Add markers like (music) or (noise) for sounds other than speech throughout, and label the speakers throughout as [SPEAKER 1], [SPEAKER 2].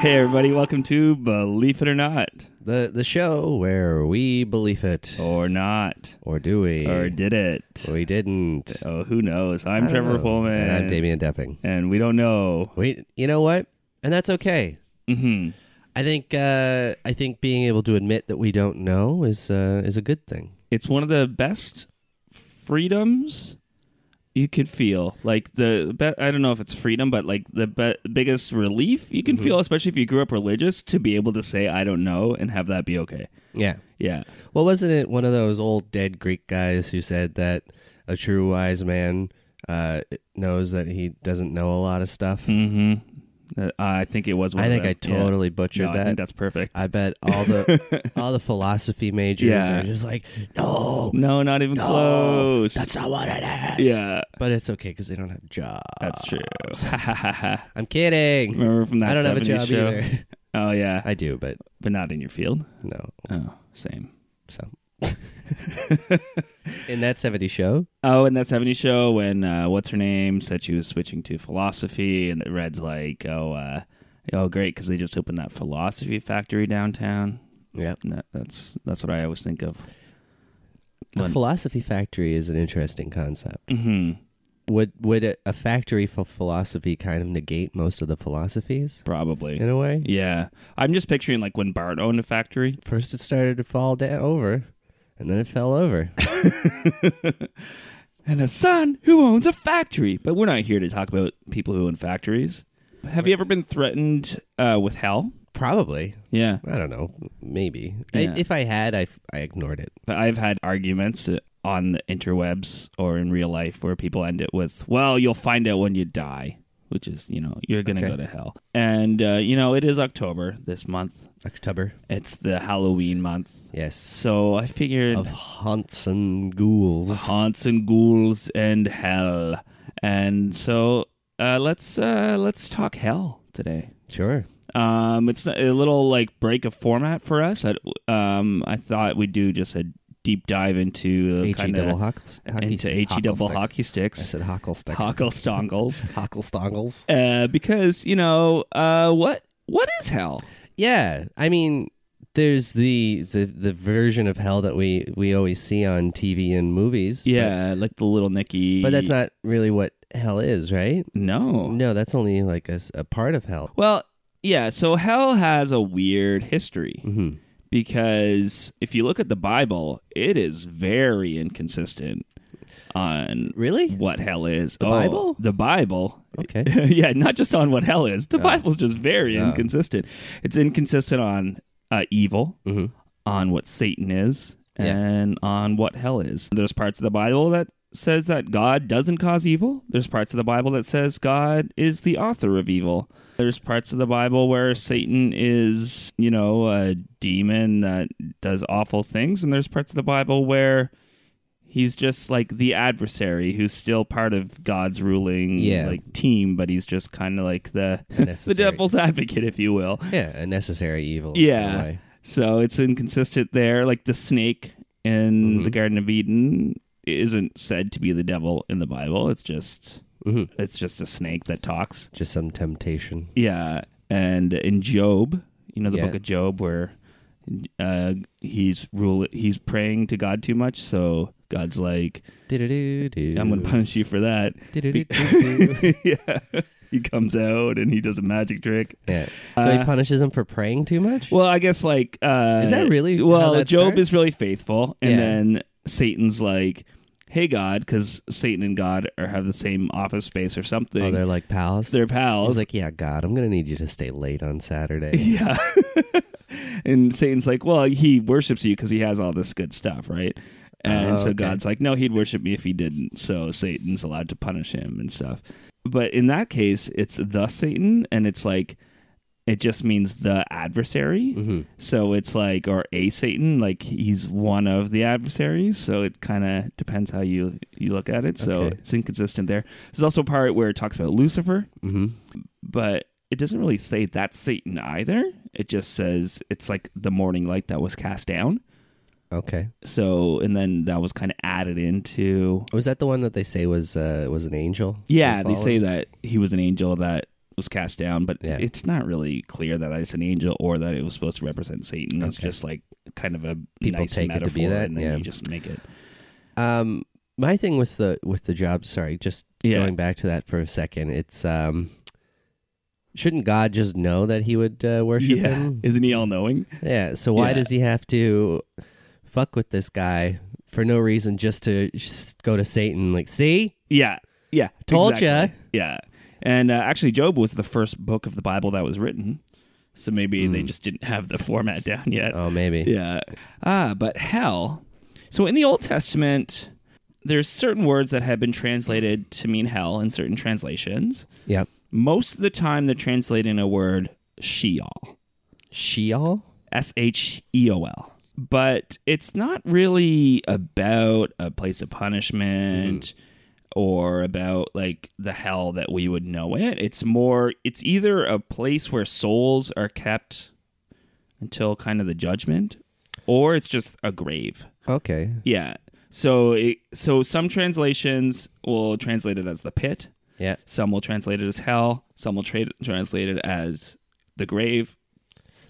[SPEAKER 1] Hey everybody, welcome to Believe It or Not.
[SPEAKER 2] The the show where we believe it.
[SPEAKER 1] Or not.
[SPEAKER 2] Or do we?
[SPEAKER 1] Or did it.
[SPEAKER 2] We didn't.
[SPEAKER 1] Oh, who knows? I'm Trevor know. Pullman.
[SPEAKER 2] And I'm Damian Depping.
[SPEAKER 1] And we don't know.
[SPEAKER 2] We you know what? And that's okay.
[SPEAKER 1] Mm-hmm.
[SPEAKER 2] I think uh, I think being able to admit that we don't know is uh, is a good thing.
[SPEAKER 1] It's one of the best freedoms you could feel like the be- I don't know if it's freedom, but like the be- biggest relief you can mm-hmm. feel, especially if you grew up religious, to be able to say I don't know and have that be okay.
[SPEAKER 2] Yeah,
[SPEAKER 1] yeah.
[SPEAKER 2] Well, wasn't it one of those old dead Greek guys who said that a true wise man uh, knows that he doesn't know a lot of stuff?
[SPEAKER 1] Mm-hmm. Uh, I think it was.
[SPEAKER 2] I think I totally yeah. butchered
[SPEAKER 1] no,
[SPEAKER 2] that.
[SPEAKER 1] I think that's perfect.
[SPEAKER 2] I bet all the
[SPEAKER 1] (laughs)
[SPEAKER 2] all the philosophy majors yeah. are just like, no,
[SPEAKER 1] no, not even no, close.
[SPEAKER 2] Oh, That's not what it is.
[SPEAKER 1] Yeah,
[SPEAKER 2] but it's okay because they don't have jobs.
[SPEAKER 1] That's true.
[SPEAKER 2] I'm kidding.
[SPEAKER 1] Remember from that?
[SPEAKER 2] I don't have a job
[SPEAKER 1] show?
[SPEAKER 2] either.
[SPEAKER 1] (laughs)
[SPEAKER 2] (laughs)
[SPEAKER 1] Oh yeah,
[SPEAKER 2] I do, but
[SPEAKER 1] but not in your field.
[SPEAKER 2] No.
[SPEAKER 1] Oh, same. (laughs)
[SPEAKER 2] So. in that 70s show
[SPEAKER 1] oh in that 70s show when uh, what's her name said she was switching to philosophy and red's like oh uh, oh great because they just opened that philosophy factory downtown
[SPEAKER 2] yep
[SPEAKER 1] that, that's that's what i always think of
[SPEAKER 2] when, a philosophy factory is an interesting concept
[SPEAKER 1] mm-hmm.
[SPEAKER 2] would would a, a factory for philosophy kind of negate most of the philosophies
[SPEAKER 1] probably
[SPEAKER 2] in a way
[SPEAKER 1] yeah i'm just picturing like when bart owned a factory
[SPEAKER 2] first it started to fall down over and then it fell over.
[SPEAKER 1] (laughs) and a son who owns a factory. But we're not here to talk about people who own factories. Have you ever been threatened uh, with hell?
[SPEAKER 2] Probably.
[SPEAKER 1] Yeah.
[SPEAKER 2] I don't know. Maybe. Yeah. I, if I had, I, I ignored it.
[SPEAKER 1] But I've had arguments on the interwebs or in real life where people end it with, well, you'll find out when you die. Which is, you know, you're going to okay. go to hell. And, uh, you know, it is October this month.
[SPEAKER 2] October.
[SPEAKER 1] It's the Halloween month.
[SPEAKER 2] Yes.
[SPEAKER 1] So I figured
[SPEAKER 2] of haunts and ghouls,
[SPEAKER 1] haunts and ghouls and hell. And so uh, let's uh, let's talk hell today.
[SPEAKER 2] Sure.
[SPEAKER 1] Um, it's a little like break of format for us. I, um, I thought we'd do just a deep dive into
[SPEAKER 2] H-E kind
[SPEAKER 1] of
[SPEAKER 2] E hockey,
[SPEAKER 1] into H E double stick. hockey sticks. I
[SPEAKER 2] said hockle stick.
[SPEAKER 1] Hockle
[SPEAKER 2] (laughs)
[SPEAKER 1] stongles.
[SPEAKER 2] hockle stongles.
[SPEAKER 1] Uh, because you know uh, what what is hell?
[SPEAKER 2] yeah i mean there's the, the the version of hell that we we always see on tv and movies
[SPEAKER 1] yeah but, like the little nicky
[SPEAKER 2] but that's not really what hell is right
[SPEAKER 1] no
[SPEAKER 2] no that's only like a, a part of hell
[SPEAKER 1] well yeah so hell has a weird history
[SPEAKER 2] mm-hmm.
[SPEAKER 1] because if you look at the bible it is very inconsistent on
[SPEAKER 2] really
[SPEAKER 1] what hell is
[SPEAKER 2] the oh, Bible.
[SPEAKER 1] The Bible.
[SPEAKER 2] Okay.
[SPEAKER 1] (laughs) yeah, not just on what hell is. The oh. Bible's just very oh. inconsistent. It's inconsistent on uh, evil,
[SPEAKER 2] mm-hmm.
[SPEAKER 1] on what Satan is, yeah. and on what hell is. There's parts of the Bible that says that God doesn't cause evil. There's parts of the Bible that says God is the author of evil. There's parts of the Bible where Satan is, you know, a demon that does awful things, and there's parts of the Bible where he's just like the adversary who's still part of God's ruling
[SPEAKER 2] yeah.
[SPEAKER 1] like team, but he's just kind of like the (laughs) the devil's advocate, if you will.
[SPEAKER 2] Yeah, a necessary evil.
[SPEAKER 1] Yeah. So it's inconsistent there. Like the snake in mm-hmm. the Garden of Eden isn't said to be the devil in the Bible. It's just
[SPEAKER 2] mm-hmm.
[SPEAKER 1] it's just a snake that talks.
[SPEAKER 2] Just some temptation.
[SPEAKER 1] Yeah, and in Job, you know the yeah. book of Job where. Uh, he's rule. He's praying to God too much, so God's like,
[SPEAKER 2] Do-do-do-do.
[SPEAKER 1] I'm going to punish you for that. (laughs) yeah. He comes out and he does a magic trick.
[SPEAKER 2] Yeah. So uh, he punishes him for praying too much?
[SPEAKER 1] Well, I guess like. Uh,
[SPEAKER 2] is that really?
[SPEAKER 1] Well,
[SPEAKER 2] that
[SPEAKER 1] Job
[SPEAKER 2] starts?
[SPEAKER 1] is really faithful. And yeah. then Satan's like, hey, God, because Satan and God are, have the same office space or something.
[SPEAKER 2] Oh, they're like pals?
[SPEAKER 1] They're pals.
[SPEAKER 2] He's like, yeah, God, I'm going to need you to stay late on
[SPEAKER 1] (laughs)
[SPEAKER 2] Saturday.
[SPEAKER 1] Yeah. and Satan's like, well, he worships you because he has all this good stuff, right? And oh, so okay. God's like, no, he'd worship me if he didn't. So Satan's allowed to punish him and stuff. But in that case, it's the Satan, and it's like It just means the adversary. So it's like, or a Satan, like he's one of the adversaries. So it kind of depends how you you look at it. So
[SPEAKER 2] Okay.
[SPEAKER 1] it's inconsistent there. There's also a part where it talks about Lucifer, but it doesn't really say that's Satan either. It just says it's like the morning light that was cast down.
[SPEAKER 2] Okay.
[SPEAKER 1] So and then that was kind of added into
[SPEAKER 2] Was Oh, that the one that they say was uh, was an angel?
[SPEAKER 1] yeah, they
[SPEAKER 2] Fallen?
[SPEAKER 1] say that he was an angel that was cast down, but
[SPEAKER 2] Yeah.
[SPEAKER 1] it's not really clear that it's an angel or that it was supposed to represent Satan. It's just like kind of a
[SPEAKER 2] People
[SPEAKER 1] nice
[SPEAKER 2] take it to
[SPEAKER 1] metaphor,
[SPEAKER 2] be that,
[SPEAKER 1] and then
[SPEAKER 2] yeah.
[SPEAKER 1] you just make it.
[SPEAKER 2] Um, my thing with the with the job. Sorry, just
[SPEAKER 1] Yeah.
[SPEAKER 2] going back to that for a second. It's um, shouldn't God just know that he would uh, worship
[SPEAKER 1] Yeah,
[SPEAKER 2] him?
[SPEAKER 1] isn't he all knowing?
[SPEAKER 2] Yeah. So why
[SPEAKER 1] Yeah.
[SPEAKER 2] does he have to fuck with this guy for no reason just to just go to Satan? Like, see,
[SPEAKER 1] Yeah, yeah,
[SPEAKER 2] Told
[SPEAKER 1] exactly. Yeah, and uh, actually, Job was the first book of the Bible that was written, so maybe they just didn't have the format (laughs) down yet.
[SPEAKER 2] Hmm. oh maybe.
[SPEAKER 1] Yeah. Ah, but hell. So in the Old Testament, there's certain words that have been translated to mean hell in certain translations.
[SPEAKER 2] Yep.
[SPEAKER 1] Most of the time, they're translating a word Sheol,
[SPEAKER 2] Sheol.
[SPEAKER 1] S H E O L. But it's not really about a place of punishment or about like the hell that we would know it. It's more, it's either a place where souls are kept until kind of the judgment, or it's just a grave.
[SPEAKER 2] Okay.
[SPEAKER 1] Yeah. So, it, so some translations will translate it as the pit.
[SPEAKER 2] Yeah.
[SPEAKER 1] Some will translate it as hell. Some will tra- translate it as the grave,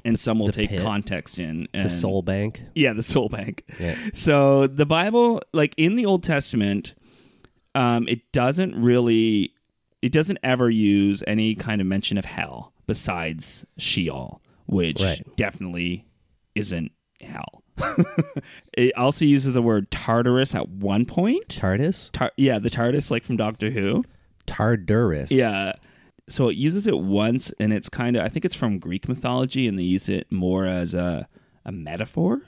[SPEAKER 1] and some will
[SPEAKER 2] the
[SPEAKER 1] take
[SPEAKER 2] pit.
[SPEAKER 1] context in and
[SPEAKER 2] The soul bank.
[SPEAKER 1] Yeah, the soul bank.
[SPEAKER 2] Yeah.
[SPEAKER 1] So the Bible, like in the Old Testament, um, it doesn't really, it doesn't ever use any kind of mention of hell besides Sheol, which
[SPEAKER 2] Right.
[SPEAKER 1] definitely isn't hell. (laughs) it also uses the word Tartarus at one point.
[SPEAKER 2] Tardis.
[SPEAKER 1] Tar- yeah, the TARDIS, like from Doctor Who.
[SPEAKER 2] Tardarus.
[SPEAKER 1] Yeah. So it uses it once, and it's kind of, I think it's from Greek mythology, and they use it more as a, a metaphor.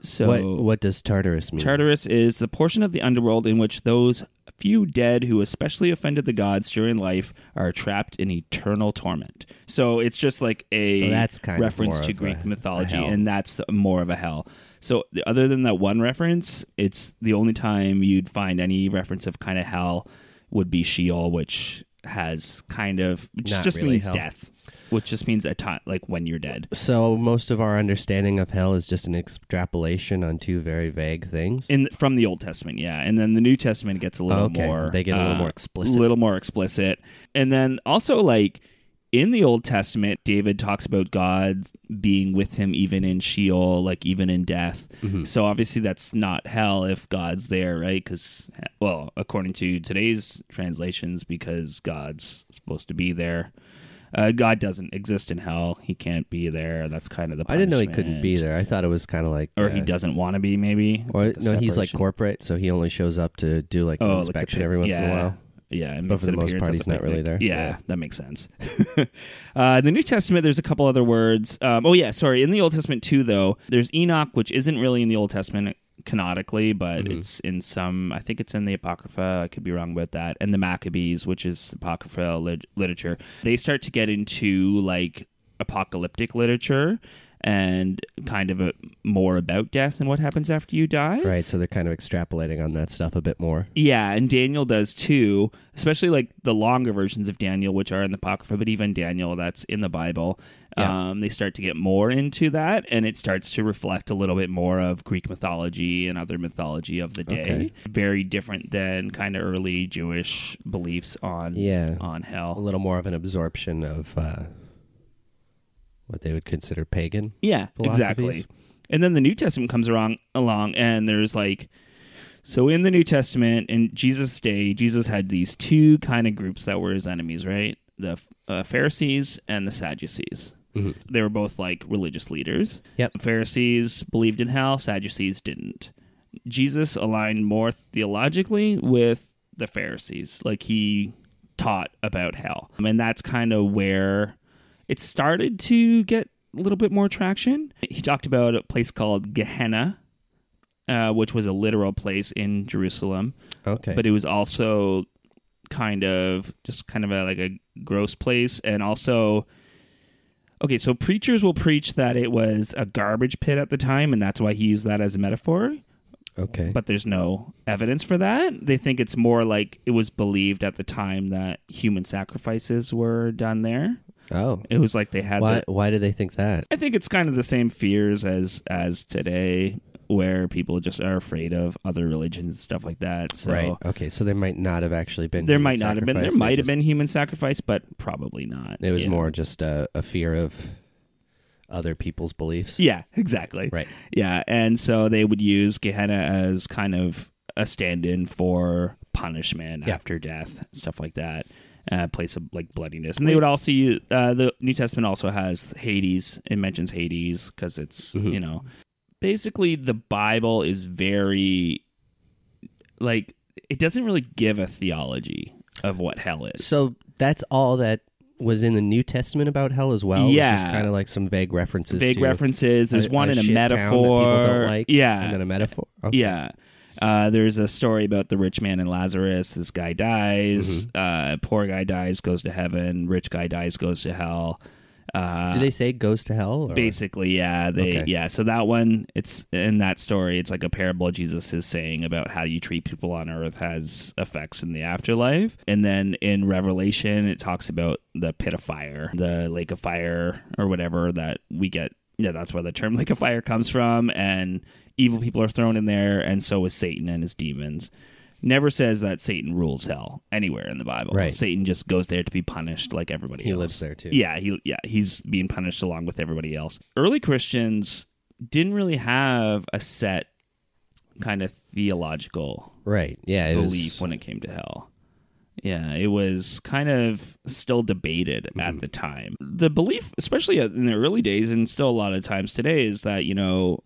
[SPEAKER 1] So
[SPEAKER 2] What What does Tartarus mean?
[SPEAKER 1] Tartarus is the portion of the underworld in which those few dead who especially offended the gods during life are trapped in eternal torment. So it's just like a
[SPEAKER 2] So that's kind of
[SPEAKER 1] reference
[SPEAKER 2] more
[SPEAKER 1] to
[SPEAKER 2] of
[SPEAKER 1] Greek
[SPEAKER 2] a- a
[SPEAKER 1] mythology,
[SPEAKER 2] hell.
[SPEAKER 1] and that's more of a hell. So the- other than that one reference, it's the only time you'd find any reference of kind of hell would be Sheol, which has kind of which
[SPEAKER 2] Not
[SPEAKER 1] just
[SPEAKER 2] really
[SPEAKER 1] means
[SPEAKER 2] hell.
[SPEAKER 1] death, which just means a time like when you're dead.
[SPEAKER 2] So most of our understanding of hell is just an extrapolation on two very vague things.
[SPEAKER 1] in from the Old Testament, yeah, and then the New Testament gets a little
[SPEAKER 2] Okay,
[SPEAKER 1] more.
[SPEAKER 2] they get a little more explicit.
[SPEAKER 1] a little more explicit, and then also like in the Old Testament, David talks about God being with him even in Sheol, like even in death.
[SPEAKER 2] Mm-hmm.
[SPEAKER 1] So obviously, that's not hell if God's there, right? Because well, according to today's translations, because God's supposed to be there. Uh, God doesn't exist in hell. He can't be there. That's kind of the.
[SPEAKER 2] I
[SPEAKER 1] Punishment.
[SPEAKER 2] didn't know he couldn't be there. I thought it was kind of like,
[SPEAKER 1] or
[SPEAKER 2] uh,
[SPEAKER 1] he doesn't want to be. Maybe It's
[SPEAKER 2] or
[SPEAKER 1] like a
[SPEAKER 2] no, he's like
[SPEAKER 1] separation. Oh,
[SPEAKER 2] corporate, so he only shows up to do like an
[SPEAKER 1] like the
[SPEAKER 2] inspection
[SPEAKER 1] pic-
[SPEAKER 2] every once in a
[SPEAKER 1] yeah.
[SPEAKER 2] while.
[SPEAKER 1] Yeah, and
[SPEAKER 2] But
[SPEAKER 1] makes
[SPEAKER 2] for the
[SPEAKER 1] an
[SPEAKER 2] most
[SPEAKER 1] appearance
[SPEAKER 2] part,
[SPEAKER 1] at the
[SPEAKER 2] he's not really
[SPEAKER 1] picnic.
[SPEAKER 2] there.
[SPEAKER 1] Yeah,
[SPEAKER 2] Yeah.
[SPEAKER 1] that makes sense. (laughs) uh, the New Testament, there's a couple other words. Um, oh yeah, sorry. In the Old Testament too, though, there's Enoch, which isn't really in the Old Testament canonically, but
[SPEAKER 2] Mm-hmm.
[SPEAKER 1] it's in some. I think it's in the Apocrypha. I could be wrong about that. And the Maccabees, which is Apocrypha lit- literature, they start to get into like apocalyptic literature and kind of a, more about death and what happens after you die.
[SPEAKER 2] Right, so they're kind of extrapolating on that stuff a bit more.
[SPEAKER 1] Yeah, and Daniel does too, especially like the longer versions of Daniel, which are in the Apocrypha, but even Daniel that's in the Bible.
[SPEAKER 2] Yeah.
[SPEAKER 1] Um, they start to get more into that, and it starts to reflect a little bit more of Greek mythology and other mythology of the day.
[SPEAKER 2] Okay.
[SPEAKER 1] Very different than kind of early Jewish beliefs on
[SPEAKER 2] Yeah.
[SPEAKER 1] on
[SPEAKER 2] A
[SPEAKER 1] hell.
[SPEAKER 2] little more of an absorption of uh, what they would consider pagan.
[SPEAKER 1] Yeah, exactly.
[SPEAKER 2] philosophies.
[SPEAKER 1] And then the New Testament comes along, along, and there's like So in the New Testament, in Jesus' day, Jesus had these two kind of groups that were his enemies, right? The uh, Pharisees and the Sadducees. They were both like religious leaders.
[SPEAKER 2] Yep.
[SPEAKER 1] Pharisees believed in hell, Sadducees didn't. Jesus aligned more theologically with the Pharisees. Like he taught about hell. And that's kind of where it started to get a little bit more traction. He talked about a place called Gehenna, uh, which was a literal place in Jerusalem,
[SPEAKER 2] Okay.
[SPEAKER 1] but it was also kind of just kind of a, like a gross place, and also Okay, so preachers will preach that it was a garbage pit at the time, and that's why he used that as a metaphor.
[SPEAKER 2] Okay.
[SPEAKER 1] But there's no evidence for that. They think it's more like it was believed at the time that human sacrifices were done there.
[SPEAKER 2] oh,
[SPEAKER 1] It was like they had.
[SPEAKER 2] why?
[SPEAKER 1] the-
[SPEAKER 2] Why do they think that?
[SPEAKER 1] I think it's kind of the same fears as as today, where people just are afraid of other religions and stuff like that. So
[SPEAKER 2] Right. Okay. So there might not have actually been.
[SPEAKER 1] there
[SPEAKER 2] human
[SPEAKER 1] might not have been. There
[SPEAKER 2] sacrifice,
[SPEAKER 1] might have
[SPEAKER 2] they
[SPEAKER 1] been human sacrifice, but probably not.
[SPEAKER 2] just- It was
[SPEAKER 1] Yeah.
[SPEAKER 2] more just a, a fear of other people's beliefs.
[SPEAKER 1] Yeah, exactly.
[SPEAKER 2] Right.
[SPEAKER 1] Yeah, and so they would use Gehenna as kind of a stand-in for punishment
[SPEAKER 2] Yeah.
[SPEAKER 1] after death, stuff like that. Uh, place of like bloodiness, and they would also use uh, the New Testament also has Hades. It mentions Hades because it's
[SPEAKER 2] Mm-hmm.
[SPEAKER 1] you know basically the Bible is very like it doesn't really give a theology of what hell is.
[SPEAKER 2] So that's all that was in the New Testament about hell as well. It's
[SPEAKER 1] Yeah.
[SPEAKER 2] just kind of like some vague references.
[SPEAKER 1] Big
[SPEAKER 2] to
[SPEAKER 1] references. There's
[SPEAKER 2] a-
[SPEAKER 1] one
[SPEAKER 2] a
[SPEAKER 1] in a
[SPEAKER 2] shit town that people
[SPEAKER 1] metaphor.
[SPEAKER 2] don't like,
[SPEAKER 1] yeah,
[SPEAKER 2] and then a metaphor. Okay.
[SPEAKER 1] Yeah. Uh, there's a story about the rich man and Lazarus. This guy dies. Uh, poor guy dies, goes to heaven. Rich guy dies, goes to hell. Uh,
[SPEAKER 2] Do they say goes to hell? Or?
[SPEAKER 1] basically, yeah, they,
[SPEAKER 2] Okay.
[SPEAKER 1] yeah. So that one, it's in that story. It's like a parable Jesus is saying about how you treat people on earth has effects in the afterlife. And then in Revelation, it talks about the pit of fire, the lake of fire, or whatever that we get. Yeah, that's where the term lake of fire comes from. And evil people are thrown in there, and so is Satan and his demons. Never says that Satan rules hell anywhere in the Bible.
[SPEAKER 2] Right.
[SPEAKER 1] Satan just goes there to be punished like everybody
[SPEAKER 2] He
[SPEAKER 1] else.
[SPEAKER 2] lives there, too.
[SPEAKER 1] Yeah, he yeah, he's being punished along with everybody else. Early Christians didn't really have a set kind of theological
[SPEAKER 2] Right. Yeah. It
[SPEAKER 1] belief
[SPEAKER 2] was,
[SPEAKER 1] when it came to hell. Yeah, it was kind of still debated
[SPEAKER 2] Mm-hmm.
[SPEAKER 1] at the time. The belief, especially in the early days, and still a lot of times today, is that you know,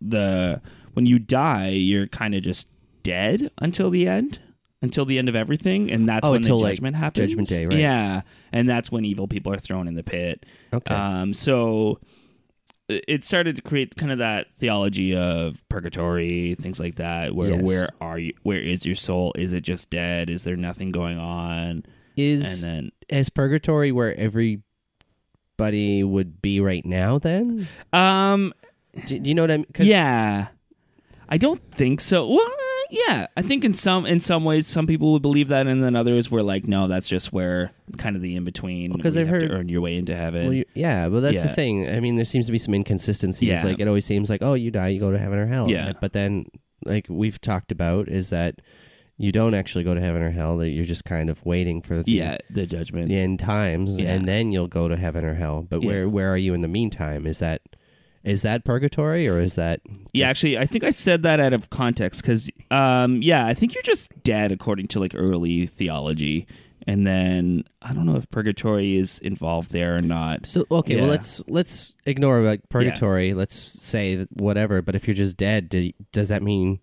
[SPEAKER 1] the when you die, you're kind of just dead until the end, until the end of everything, and that's
[SPEAKER 2] Oh,
[SPEAKER 1] when
[SPEAKER 2] until,
[SPEAKER 1] the
[SPEAKER 2] like,
[SPEAKER 1] judgment happens.
[SPEAKER 2] Judgment Day, right.
[SPEAKER 1] Yeah, and that's when evil people are thrown in the pit.
[SPEAKER 2] Okay.
[SPEAKER 1] Um, so it started to create kind of that theology of purgatory, things like that. Where
[SPEAKER 2] Yes.
[SPEAKER 1] where are you? Where is your soul? Is it just dead? Is there nothing going on?
[SPEAKER 2] is
[SPEAKER 1] and then
[SPEAKER 2] is purgatory where everybody would be right now? Then
[SPEAKER 1] um
[SPEAKER 2] do, do you know what I mean? 'Cause-
[SPEAKER 1] yeah, I don't think so. Well, uh, yeah, I think in some in some ways some people would believe that, and then others were like, no, that's just where kind of the in between.
[SPEAKER 2] 'cause I've
[SPEAKER 1] have to
[SPEAKER 2] heard-
[SPEAKER 1] earn your way into heaven.
[SPEAKER 2] Well, you, yeah, well, that's the
[SPEAKER 1] Yeah.
[SPEAKER 2] thing. I mean, there seems to be some inconsistencies.
[SPEAKER 1] Yeah.
[SPEAKER 2] Like it always seems like, oh, you die, you go to heaven or hell.
[SPEAKER 1] Yeah.
[SPEAKER 2] But then, like we've talked about, is that you don't actually go to heaven or hell. That you're just kind of waiting for the
[SPEAKER 1] yeah, the judgment.
[SPEAKER 2] the end times,
[SPEAKER 1] Yeah.
[SPEAKER 2] and then you'll go to heaven or hell. But
[SPEAKER 1] Yeah.
[SPEAKER 2] where where are you in the meantime? Is that is that purgatory or is that
[SPEAKER 1] yeah,
[SPEAKER 2] just-
[SPEAKER 1] actually, I think I said that out of context because, um, yeah, I think you're just dead according to like early theology, and then I don't know if purgatory is involved there or not.
[SPEAKER 2] So okay,
[SPEAKER 1] Yeah.
[SPEAKER 2] well let's let's ignore like purgatory. Let's say that whatever. But if you're just dead, do, does that mean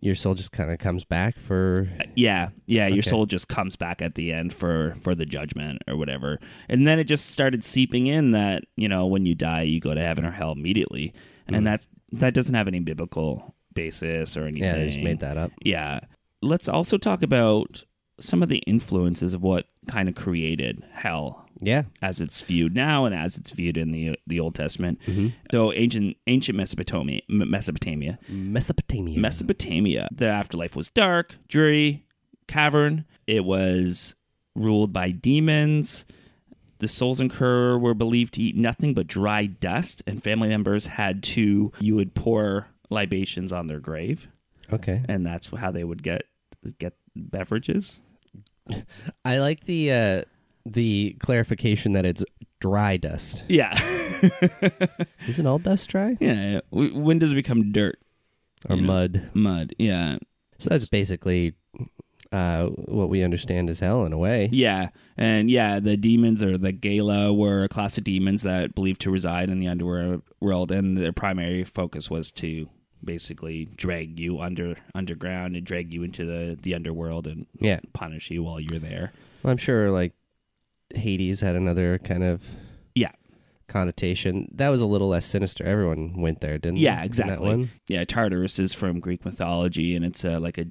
[SPEAKER 2] your soul just kind of comes back for
[SPEAKER 1] Yeah, yeah, your
[SPEAKER 2] Okay.
[SPEAKER 1] soul just comes back at the end for for the judgment or whatever, and then it just started seeping in that you know when you die you go to heaven or hell immediately, and that's that doesn't have any biblical basis or anything.
[SPEAKER 2] Mm-hmm. yeah? They just made that up.
[SPEAKER 1] Yeah. Let's also talk about some of the influences of what kind of created hell
[SPEAKER 2] Yeah.
[SPEAKER 1] as it's viewed now and as it's viewed in the the Old Testament.
[SPEAKER 2] Mm-hmm.
[SPEAKER 1] So ancient ancient Mesopotamia, M- Mesopotamia,
[SPEAKER 2] Mesopotamia.
[SPEAKER 1] Mesopotamia. The afterlife was dark, dreary, cavern. It was ruled by demons. The souls in Kerr were believed to eat nothing but dry dust, and family members had to. You would pour libations on their grave
[SPEAKER 2] okay.
[SPEAKER 1] and that's how they would get get beverages.
[SPEAKER 2] I like the uh the clarification that it's dry dust.
[SPEAKER 1] Yeah,
[SPEAKER 2] Isn't all dust dry?
[SPEAKER 1] (laughs) yeah. W- When does it become dirt?
[SPEAKER 2] Or mud.
[SPEAKER 1] Mud. Yeah,
[SPEAKER 2] So that's basically uh what we understand as hell in a way.
[SPEAKER 1] yeah, and yeah. The demons or the Gala were a class of demons that believed to reside in the underworld, and their primary focus was to basically drag you under underground and drag you into the the underworld and
[SPEAKER 2] Yeah.
[SPEAKER 1] punish you while you're there.
[SPEAKER 2] Well, I'm sure like Hades had another kind of
[SPEAKER 1] Yeah.
[SPEAKER 2] connotation. That was a little less sinister. Everyone went there, didn't
[SPEAKER 1] Yeah,
[SPEAKER 2] didn't that
[SPEAKER 1] exactly.
[SPEAKER 2] one?
[SPEAKER 1] Yeah, Tartarus is from Greek mythology, and it's a, like a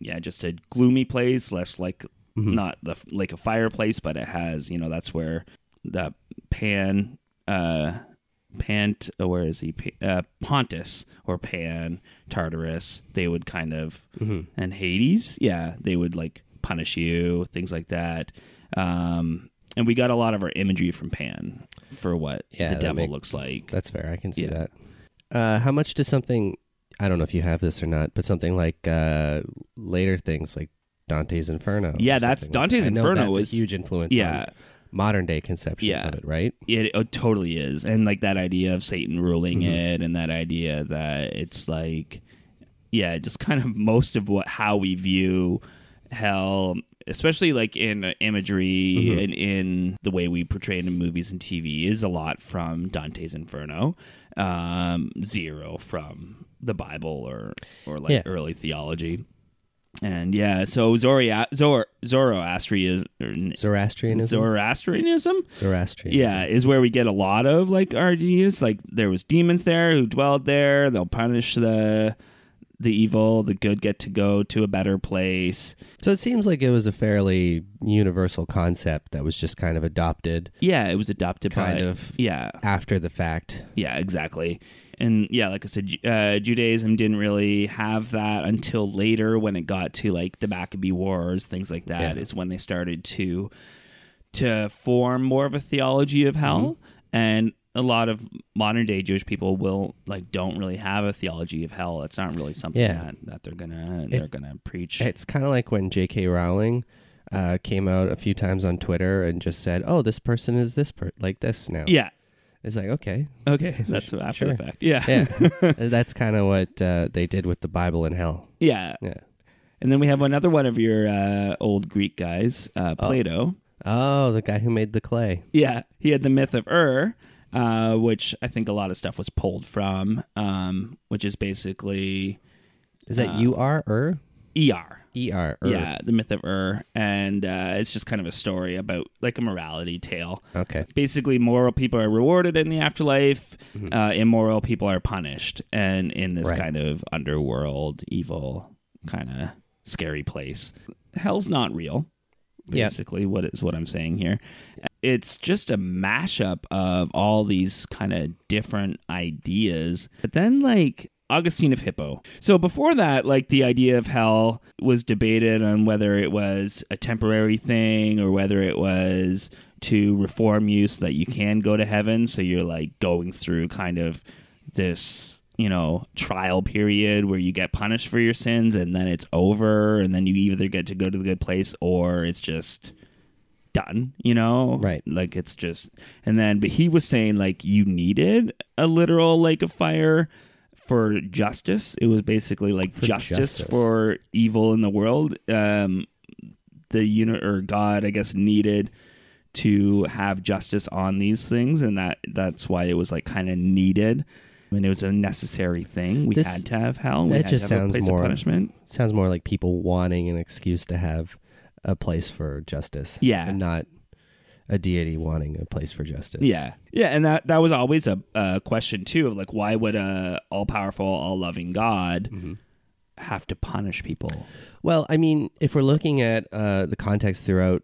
[SPEAKER 1] yeah, just a gloomy place, less like
[SPEAKER 2] Mm-hmm.
[SPEAKER 1] not the f- like a fireplace, but it has you know that's where the Pan uh, Pant, oh, where is he? Pa- Uh, Pontus or Pan, Tartarus, they would kind of,
[SPEAKER 2] Mm-hmm.
[SPEAKER 1] and Hades, yeah, they would like punish you, things like that. Um, and we got a lot of our imagery from Pan for what
[SPEAKER 2] Yeah,
[SPEAKER 1] the
[SPEAKER 2] that
[SPEAKER 1] devil
[SPEAKER 2] make-
[SPEAKER 1] looks like.
[SPEAKER 2] That's fair. I can see
[SPEAKER 1] Yeah.
[SPEAKER 2] that. Uh, how much does something? I don't know if you have this or not, but something like uh, later things like Dante's Inferno.
[SPEAKER 1] Yeah,
[SPEAKER 2] or
[SPEAKER 1] that's-
[SPEAKER 2] something.
[SPEAKER 1] Dante's
[SPEAKER 2] I know
[SPEAKER 1] Inferno
[SPEAKER 2] that's
[SPEAKER 1] is-
[SPEAKER 2] a huge influence.
[SPEAKER 1] yeah.
[SPEAKER 2] on modern day conceptions
[SPEAKER 1] Yeah.
[SPEAKER 2] of it, right?
[SPEAKER 1] It, it totally is. And like that idea of Satan ruling it and that idea that it's like yeah, just kind of most of what how we view hell, especially like in imagery and in the way we portray it in movies and TV is a lot from Dante's Inferno. Um zero from the Bible or or like
[SPEAKER 2] Yeah.
[SPEAKER 1] early theology. And yeah, so Zoria- Zor- Zoroastrianism
[SPEAKER 2] Zoroastrianism.
[SPEAKER 1] Zoroastrianism
[SPEAKER 2] Zoroastrianism.
[SPEAKER 1] yeah, is where we get a lot of like our ideas. Like there was demons there who dwelled there. They'll punish the the evil. The good get to go to a better place.
[SPEAKER 2] So it seems like it was a fairly universal concept that was just kind of adopted
[SPEAKER 1] Yeah, it was adopted
[SPEAKER 2] Kind
[SPEAKER 1] by
[SPEAKER 2] of.
[SPEAKER 1] yeah,
[SPEAKER 2] after the fact.
[SPEAKER 1] yeah, exactly. And yeah, like I said, Ju- uh, Judaism didn't really have that until later when it got to like the Maccabee Wars, things like that. Is
[SPEAKER 2] Yeah.
[SPEAKER 1] when they started to to form more of a theology of hell
[SPEAKER 2] Mm-hmm.
[SPEAKER 1] and a lot of modern day Jewish people will like don't really have a theology of hell. It's not really something
[SPEAKER 2] Yeah.
[SPEAKER 1] that, that they're gonna they're gonna preach.
[SPEAKER 2] It's kind of like when J.K. Rowling uh, came out a few times on Twitter and just said, "Oh, this person is this per like this now."
[SPEAKER 1] yeah.
[SPEAKER 2] It's like okay, (laughs)
[SPEAKER 1] Okay. That's after the
[SPEAKER 2] Sure.
[SPEAKER 1] fact. Yeah.
[SPEAKER 2] yeah,
[SPEAKER 1] (laughs)
[SPEAKER 2] Uh, that's kind of what uh, they did with the Bible in hell.
[SPEAKER 1] yeah.
[SPEAKER 2] Yeah.
[SPEAKER 1] And then we have another one of your uh, old Greek guys, uh, Plato.
[SPEAKER 2] Oh, the guy who made the clay.
[SPEAKER 1] Yeah, he had the myth of Ur, uh, which I think a lot of stuff was pulled from, um, which is basically
[SPEAKER 2] Is that U R er
[SPEAKER 1] ER.
[SPEAKER 2] E R?
[SPEAKER 1] Uh, Yeah, the myth of Ur, and uh, it's just kind of a story about like a morality tale.
[SPEAKER 2] Okay.
[SPEAKER 1] Basically, moral people are rewarded in the afterlife, uh, immoral people are punished, and in this
[SPEAKER 2] Mm-hmm. Right.
[SPEAKER 1] kind of underworld, evil, kind of scary place. Hell's not real.
[SPEAKER 2] Yeah.
[SPEAKER 1] basically what is what I'm saying here. It's just a mashup of all these kind of different ideas. But then like Augustine of Hippo. So before that, like the idea of hell was debated on whether it was a temporary thing or whether it was to reform you so that you can go to heaven. So you're like going through kind of this you know trial period where you get punished for your sins and then it's over and then you either get to go to the good place or it's just done you know
[SPEAKER 2] Right.
[SPEAKER 1] like it's just and then but he was saying like you needed a literal lake of fire for justice it was basically like justice,
[SPEAKER 2] justice.
[SPEAKER 1] for evil in the world um the unit or god i guess needed to have justice on these things and that that's why it was like kind of needed I mean, it was a necessary thing. We
[SPEAKER 2] This-
[SPEAKER 1] had to have hell. We
[SPEAKER 2] that
[SPEAKER 1] had
[SPEAKER 2] just
[SPEAKER 1] to have
[SPEAKER 2] sounds
[SPEAKER 1] a place
[SPEAKER 2] more-
[SPEAKER 1] of punishment.
[SPEAKER 2] Sounds more like people wanting an excuse to have a place for justice.
[SPEAKER 1] Yeah.
[SPEAKER 2] And not a deity wanting a place for justice.
[SPEAKER 1] Yeah, yeah, and that that was always a, a question too of like, why would a all powerful, all loving God
[SPEAKER 2] Mm-hmm.
[SPEAKER 1] have to punish people?
[SPEAKER 2] Well, I mean, if we're looking at uh, the context throughout,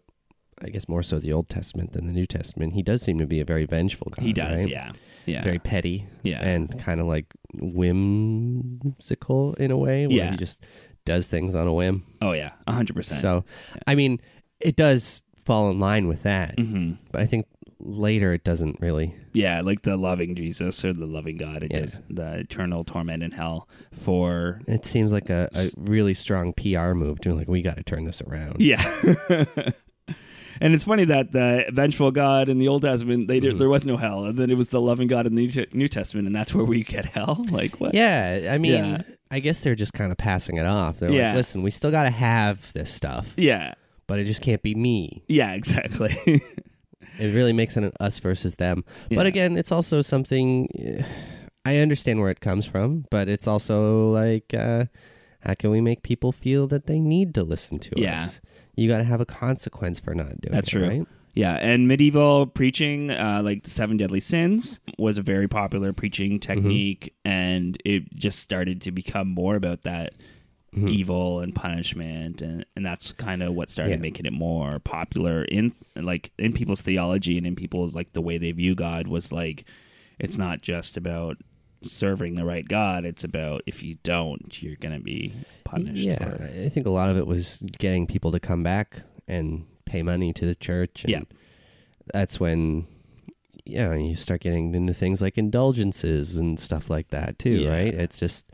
[SPEAKER 2] I guess more so the Old Testament than the New Testament, he does seem to be a very vengeful God.
[SPEAKER 1] He does,
[SPEAKER 2] right?
[SPEAKER 1] yeah, yeah,
[SPEAKER 2] very petty
[SPEAKER 1] Yeah.
[SPEAKER 2] and kind of like whimsical in a way where
[SPEAKER 1] Yeah.
[SPEAKER 2] he just does things on a whim
[SPEAKER 1] oh yeah, hundred percent.
[SPEAKER 2] so i mean it does fall in line with that
[SPEAKER 1] Mm-hmm.
[SPEAKER 2] but i think later it doesn't really
[SPEAKER 1] yeah, like the loving Jesus or the loving God, it
[SPEAKER 2] Yeah.
[SPEAKER 1] does the eternal torment in hell for
[SPEAKER 2] it seems like a, a really strong pr move to like we got to turn this around
[SPEAKER 1] yeah. (laughs) And it's funny that the vengeful God in the Old Testament, they
[SPEAKER 2] Mm-hmm.
[SPEAKER 1] did, there was no hell, and then it was the loving God in the New Te- New Testament, and that's where we get hell. Like what?
[SPEAKER 2] yeah i mean
[SPEAKER 1] Yeah.
[SPEAKER 2] i guess they're just kind of passing it off they're
[SPEAKER 1] Yeah.
[SPEAKER 2] like listen we still got to have this stuff
[SPEAKER 1] yeah,
[SPEAKER 2] but it just can't be me
[SPEAKER 1] yeah, exactly. (laughs)
[SPEAKER 2] It really makes it an us versus them.
[SPEAKER 1] Yeah.
[SPEAKER 2] But again, it's also something eh, I understand where it comes from, but it's also like uh, how can we make people feel that they need to listen to
[SPEAKER 1] Yeah.
[SPEAKER 2] us? You got to have a consequence for not doing
[SPEAKER 1] That's
[SPEAKER 2] it,
[SPEAKER 1] true.
[SPEAKER 2] right?
[SPEAKER 1] Yeah, and medieval preaching, uh, like the seven deadly sins, was a very
[SPEAKER 2] Mm-hmm.
[SPEAKER 1] popular preaching technique, and it just started to become more about that
[SPEAKER 2] Mm-hmm.
[SPEAKER 1] evil and punishment and, and that's kind of what started
[SPEAKER 2] Yeah.
[SPEAKER 1] making it more popular in like in people's theology and in people's like the way they view god was like it's not just about serving the right god it's about if you don't you're gonna be punished
[SPEAKER 2] Yeah,
[SPEAKER 1] for it.
[SPEAKER 2] I think a lot of it was getting people to come back and pay money to the church. And
[SPEAKER 1] Yeah.
[SPEAKER 2] that's when yeah you start getting into things like indulgences and stuff like that too,
[SPEAKER 1] Yeah.
[SPEAKER 2] right? It's just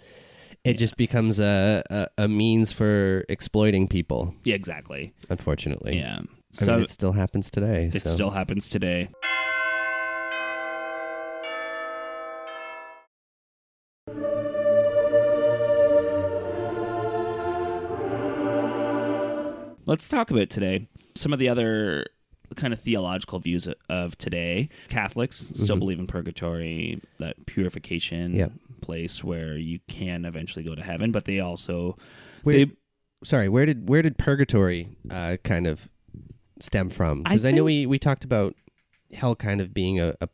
[SPEAKER 2] it just becomes a, a a means for exploiting people,
[SPEAKER 1] yeah exactly
[SPEAKER 2] unfortunately.
[SPEAKER 1] yeah
[SPEAKER 2] I
[SPEAKER 1] so
[SPEAKER 2] mean, it still happens today.
[SPEAKER 1] it
[SPEAKER 2] so.
[SPEAKER 1] still happens today let's talk about today some of the other kind of theological views of today catholics still believe in purgatory that purification
[SPEAKER 2] Mm-hmm. Yeah.
[SPEAKER 1] place where you can eventually go to heaven but they also
[SPEAKER 2] Where-
[SPEAKER 1] they-
[SPEAKER 2] sorry, where did where did purgatory uh, kind of stem from?
[SPEAKER 1] I
[SPEAKER 2] Because I, know
[SPEAKER 1] think-
[SPEAKER 2] we we talked about hell kind of being a a,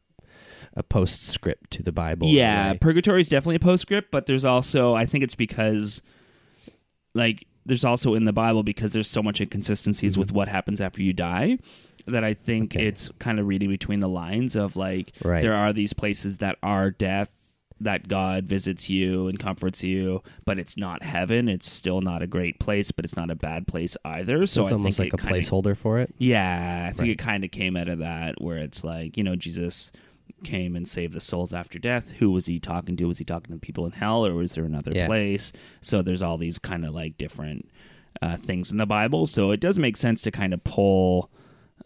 [SPEAKER 2] a postscript to the Bible. in a
[SPEAKER 1] Yeah,
[SPEAKER 2] way.
[SPEAKER 1] Purgatory is definitely a postscript, but there's also I think it's because like there's also in the Bible because there's so much inconsistencies with what happens after you die that I think
[SPEAKER 2] Mm-hmm. Okay.
[SPEAKER 1] it's kind of reading between the lines of like
[SPEAKER 2] Right.
[SPEAKER 1] there are these places that are death that God visits you and comforts you, but it's not heaven. It's still not a great place, but it's not a bad place either. So
[SPEAKER 2] it's
[SPEAKER 1] I
[SPEAKER 2] almost like
[SPEAKER 1] think
[SPEAKER 2] a
[SPEAKER 1] it kinda-
[SPEAKER 2] placeholder for it.
[SPEAKER 1] yeah, I think
[SPEAKER 2] Right.
[SPEAKER 1] it kind of came out of that where it's like, you know, Jesus came and saved the souls after death. Who was he talking to? Was he talking to the people in hell or was there another
[SPEAKER 2] Yeah.
[SPEAKER 1] place? So there's all these kind of like different uh, things in the Bible. So it does make sense to kind of pull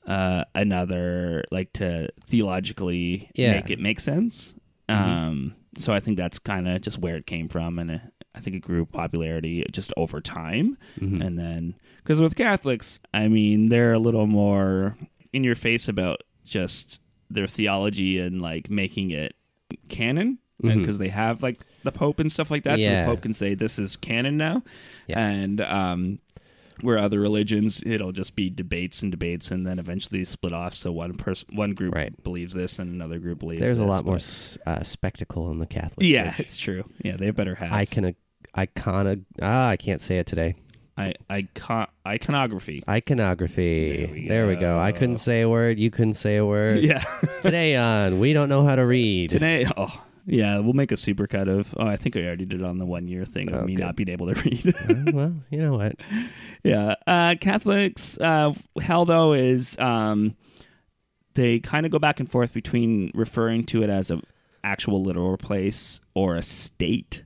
[SPEAKER 1] uh, another, like to theologically
[SPEAKER 2] Yeah. Mm-hmm.
[SPEAKER 1] make it make sense. Um, so I think that's kind of just where it came from. And uh, I think it grew popularity just over time.
[SPEAKER 2] Mm-hmm.
[SPEAKER 1] And then, because with Catholics, I mean, they're a little more in your face about just their theology and like making it canon. And because they have like the Pope and stuff like that.
[SPEAKER 2] Mm-hmm. Yeah.
[SPEAKER 1] So the Pope can say, this is canon now.
[SPEAKER 2] Yeah.
[SPEAKER 1] And, um, where other religions, it'll just be debates and debates, and then eventually split off. So one person, one group
[SPEAKER 2] Right.
[SPEAKER 1] believes this, and another group believes.
[SPEAKER 2] There's a
[SPEAKER 1] this,
[SPEAKER 2] lot more
[SPEAKER 1] but-
[SPEAKER 2] s- uh, spectacle in the Catholic
[SPEAKER 1] yeah,
[SPEAKER 2] Church.
[SPEAKER 1] it's true. Yeah, they have better hats.
[SPEAKER 2] Icon, icona, ah, I can't say it today.
[SPEAKER 1] I, icon, iconography.
[SPEAKER 2] Iconography. There
[SPEAKER 1] There
[SPEAKER 2] we,
[SPEAKER 1] we
[SPEAKER 2] go. I couldn't say a word. You couldn't say a word.
[SPEAKER 1] (laughs) Yeah.
[SPEAKER 2] today on, we don't know how to
[SPEAKER 1] (laughs)
[SPEAKER 2] read.
[SPEAKER 1] Today, oh, yeah, we'll make a supercut of. Oh, I think I already did it on the one year thing of
[SPEAKER 2] Oh,
[SPEAKER 1] me
[SPEAKER 2] good.
[SPEAKER 1] not being able to (laughs) read.
[SPEAKER 2] well, you know what?
[SPEAKER 1] yeah. Uh, Catholics, uh, hell though is um, they kind of go back and forth between referring to it as a actual literal place or a state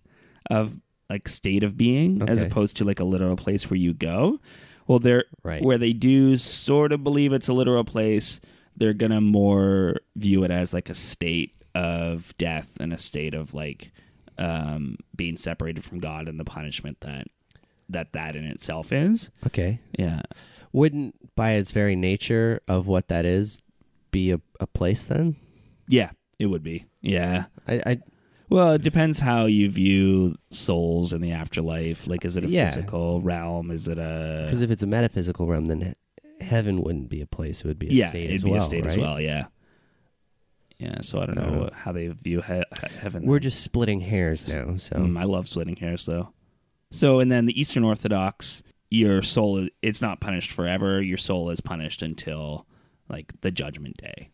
[SPEAKER 1] of like state of being as
[SPEAKER 2] Okay.
[SPEAKER 1] opposed to like a literal place where you go. Well, they're
[SPEAKER 2] Right.
[SPEAKER 1] where they do sort of believe it's a literal place. They're gonna more view it as like a state of death and a state of like um, being separated from God and the punishment that that that in itself is.
[SPEAKER 2] Okay.
[SPEAKER 1] Yeah.
[SPEAKER 2] wouldn't by its very nature of what that is be a, a place then
[SPEAKER 1] Yeah, it would be. Yeah.
[SPEAKER 2] i, I
[SPEAKER 1] Well, it depends how you view souls in the afterlife. Like, is it a
[SPEAKER 2] Yeah.
[SPEAKER 1] physical realm? Is it a
[SPEAKER 2] because if it's a metaphysical realm then he- heaven wouldn't be a place it would be a
[SPEAKER 1] yeah?
[SPEAKER 2] state
[SPEAKER 1] it'd
[SPEAKER 2] as
[SPEAKER 1] be
[SPEAKER 2] well
[SPEAKER 1] a state as
[SPEAKER 2] right? Uh,
[SPEAKER 1] well. Yeah. Yeah. So I don't know,
[SPEAKER 2] know.
[SPEAKER 1] what- how they view he- he- heaven.
[SPEAKER 2] we're
[SPEAKER 1] then.
[SPEAKER 2] just splitting hairs now so
[SPEAKER 1] Mm, I love splitting hairs though. So, and then the Eastern Orthodox, your soul it's not punished forever. Your soul is punished until like the judgment day.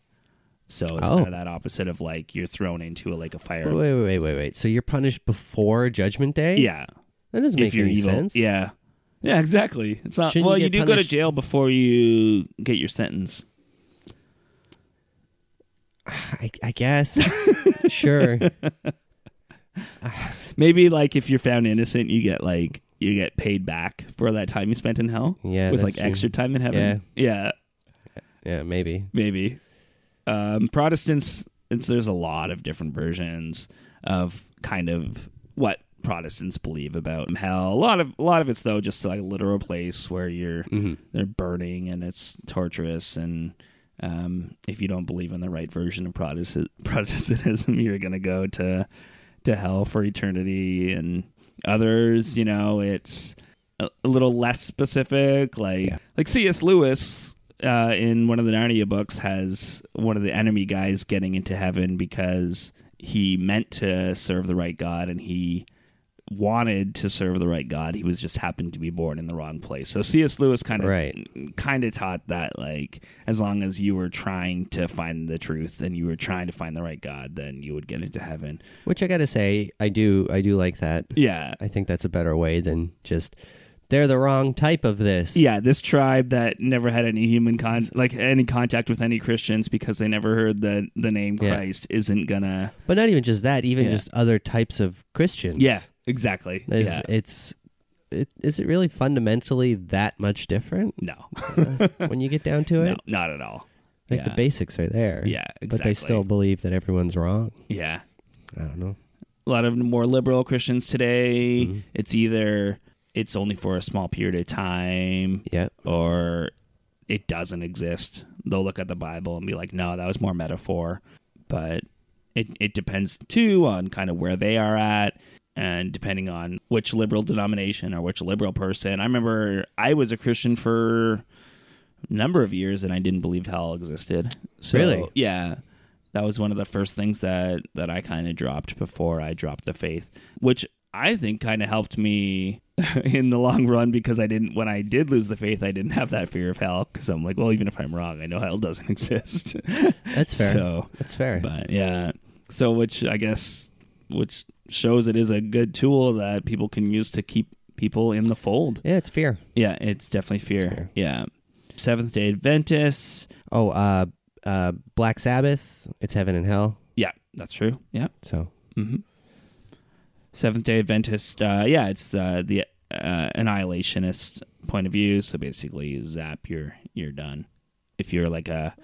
[SPEAKER 1] So it's
[SPEAKER 2] Oh.
[SPEAKER 1] kind of that opposite of like you're thrown into a, like a fire.
[SPEAKER 2] wait wait wait wait wait so you're punished before judgment day
[SPEAKER 1] Yeah,
[SPEAKER 2] that doesn't
[SPEAKER 1] if
[SPEAKER 2] make
[SPEAKER 1] you're
[SPEAKER 2] any
[SPEAKER 1] evil.
[SPEAKER 2] sense
[SPEAKER 1] Yeah, yeah, exactly. It's not
[SPEAKER 2] Shouldn't
[SPEAKER 1] well.
[SPEAKER 2] you
[SPEAKER 1] You, do
[SPEAKER 2] get
[SPEAKER 1] go to
[SPEAKER 2] punished-
[SPEAKER 1] jail before you get your sentence.
[SPEAKER 2] i, I
[SPEAKER 1] (laughs)
[SPEAKER 2] guess sure
[SPEAKER 1] Maybe like if you're found innocent, you get like you get paid back for that time you spent in hell.
[SPEAKER 2] Yeah,
[SPEAKER 1] with
[SPEAKER 2] that's
[SPEAKER 1] like
[SPEAKER 2] true.
[SPEAKER 1] extra time in heaven. yeah.
[SPEAKER 2] yeah maybe
[SPEAKER 1] maybe. Um, Protestants, it's, there's a lot of different versions of kind of what Protestants believe about hell. A lot of a lot of it's though just like a literal place where you're they're burning and it's torturous and um, if you don't believe in the right version of Protestant, (laughs) Protestantism, (laughs) you're gonna go to to hell for eternity. And others, you know, it's a, a little less specific. Like like C.S. Lewis uh, in one of the Narnia books has one of the enemy guys getting into heaven because he meant to serve the right God and he wanted to serve the right God. He was just happened to be born in the wrong place. So C.S. Lewis kind of
[SPEAKER 2] Right.
[SPEAKER 1] kind of taught that like as long as you were trying to find the truth and you were trying to find the right God, then you would get into heaven.
[SPEAKER 2] Which I gotta say, I do I do like that.
[SPEAKER 1] Yeah.
[SPEAKER 2] I think that's a better way than just they're the wrong type of this.
[SPEAKER 1] Yeah, this tribe that never had any human con like any contact with any Christians because they never heard the the name
[SPEAKER 2] Yeah.
[SPEAKER 1] Christ isn't gonna
[SPEAKER 2] But not even just that, even
[SPEAKER 1] Yeah.
[SPEAKER 2] just other types of Christians.
[SPEAKER 1] Yeah, exactly.
[SPEAKER 2] There's-
[SPEAKER 1] yeah.
[SPEAKER 2] It's it, is it really fundamentally that
[SPEAKER 1] (laughs)
[SPEAKER 2] much different
[SPEAKER 1] no.
[SPEAKER 2] when you get down to it?
[SPEAKER 1] no, not at all.
[SPEAKER 2] Like the
[SPEAKER 1] Yeah.
[SPEAKER 2] basics are there.
[SPEAKER 1] Yeah,
[SPEAKER 2] But they still
[SPEAKER 1] exactly.
[SPEAKER 2] believe that everyone's wrong.
[SPEAKER 1] Yeah.
[SPEAKER 2] I don't know.
[SPEAKER 1] a lot of more liberal Christians today,
[SPEAKER 2] Mm-hmm.
[SPEAKER 1] it's either it's only for a small period of time
[SPEAKER 2] Yeah.
[SPEAKER 1] or it doesn't exist. They'll look at the Bible and be like, no, that was more metaphor. But it, it depends too on kind of where they are at and depending on which liberal denomination or which liberal person. I remember I was a Christian for a number of years and I didn't believe hell existed. So,
[SPEAKER 2] Really?
[SPEAKER 1] Yeah. That was one of the first things that, that I kind of dropped before I dropped the faith, which I think kind of helped me (laughs) in the long run because I didn't, when I did lose the faith, I didn't have that fear of hell because I'm like, well, even if I'm wrong, I know hell doesn't (laughs) exist.
[SPEAKER 2] That's fair.
[SPEAKER 1] So-
[SPEAKER 2] That's fair.
[SPEAKER 1] But yeah, so which I guess which shows it is a good tool that people can use to keep people in the fold.
[SPEAKER 2] yeah, it's fear.
[SPEAKER 1] Yeah, it's definitely fear.
[SPEAKER 2] fair.
[SPEAKER 1] yeah, Seventh Day Adventists.
[SPEAKER 2] Oh, uh uh Black Sabbath, it's heaven and hell.
[SPEAKER 1] Yeah, that's true. Yeah,
[SPEAKER 2] So
[SPEAKER 1] Seventh Day Adventist. Uh, yeah, it's uh, the uh, annihilationist point of view. So basically, you zap, you're you're done. If you're like a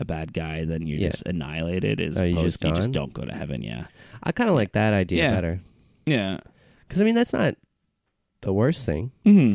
[SPEAKER 1] a bad guy, then you're
[SPEAKER 2] Yeah.
[SPEAKER 1] just annihilated. As
[SPEAKER 2] Oh, you're
[SPEAKER 1] opposed,
[SPEAKER 2] just
[SPEAKER 1] you just
[SPEAKER 2] gone?
[SPEAKER 1] don't go to heaven. Yeah,
[SPEAKER 2] I kind of like that idea
[SPEAKER 1] Yeah.
[SPEAKER 2] better.
[SPEAKER 1] yeah, (laughs)
[SPEAKER 2] Because I mean, that's not the worst thing.
[SPEAKER 1] hmm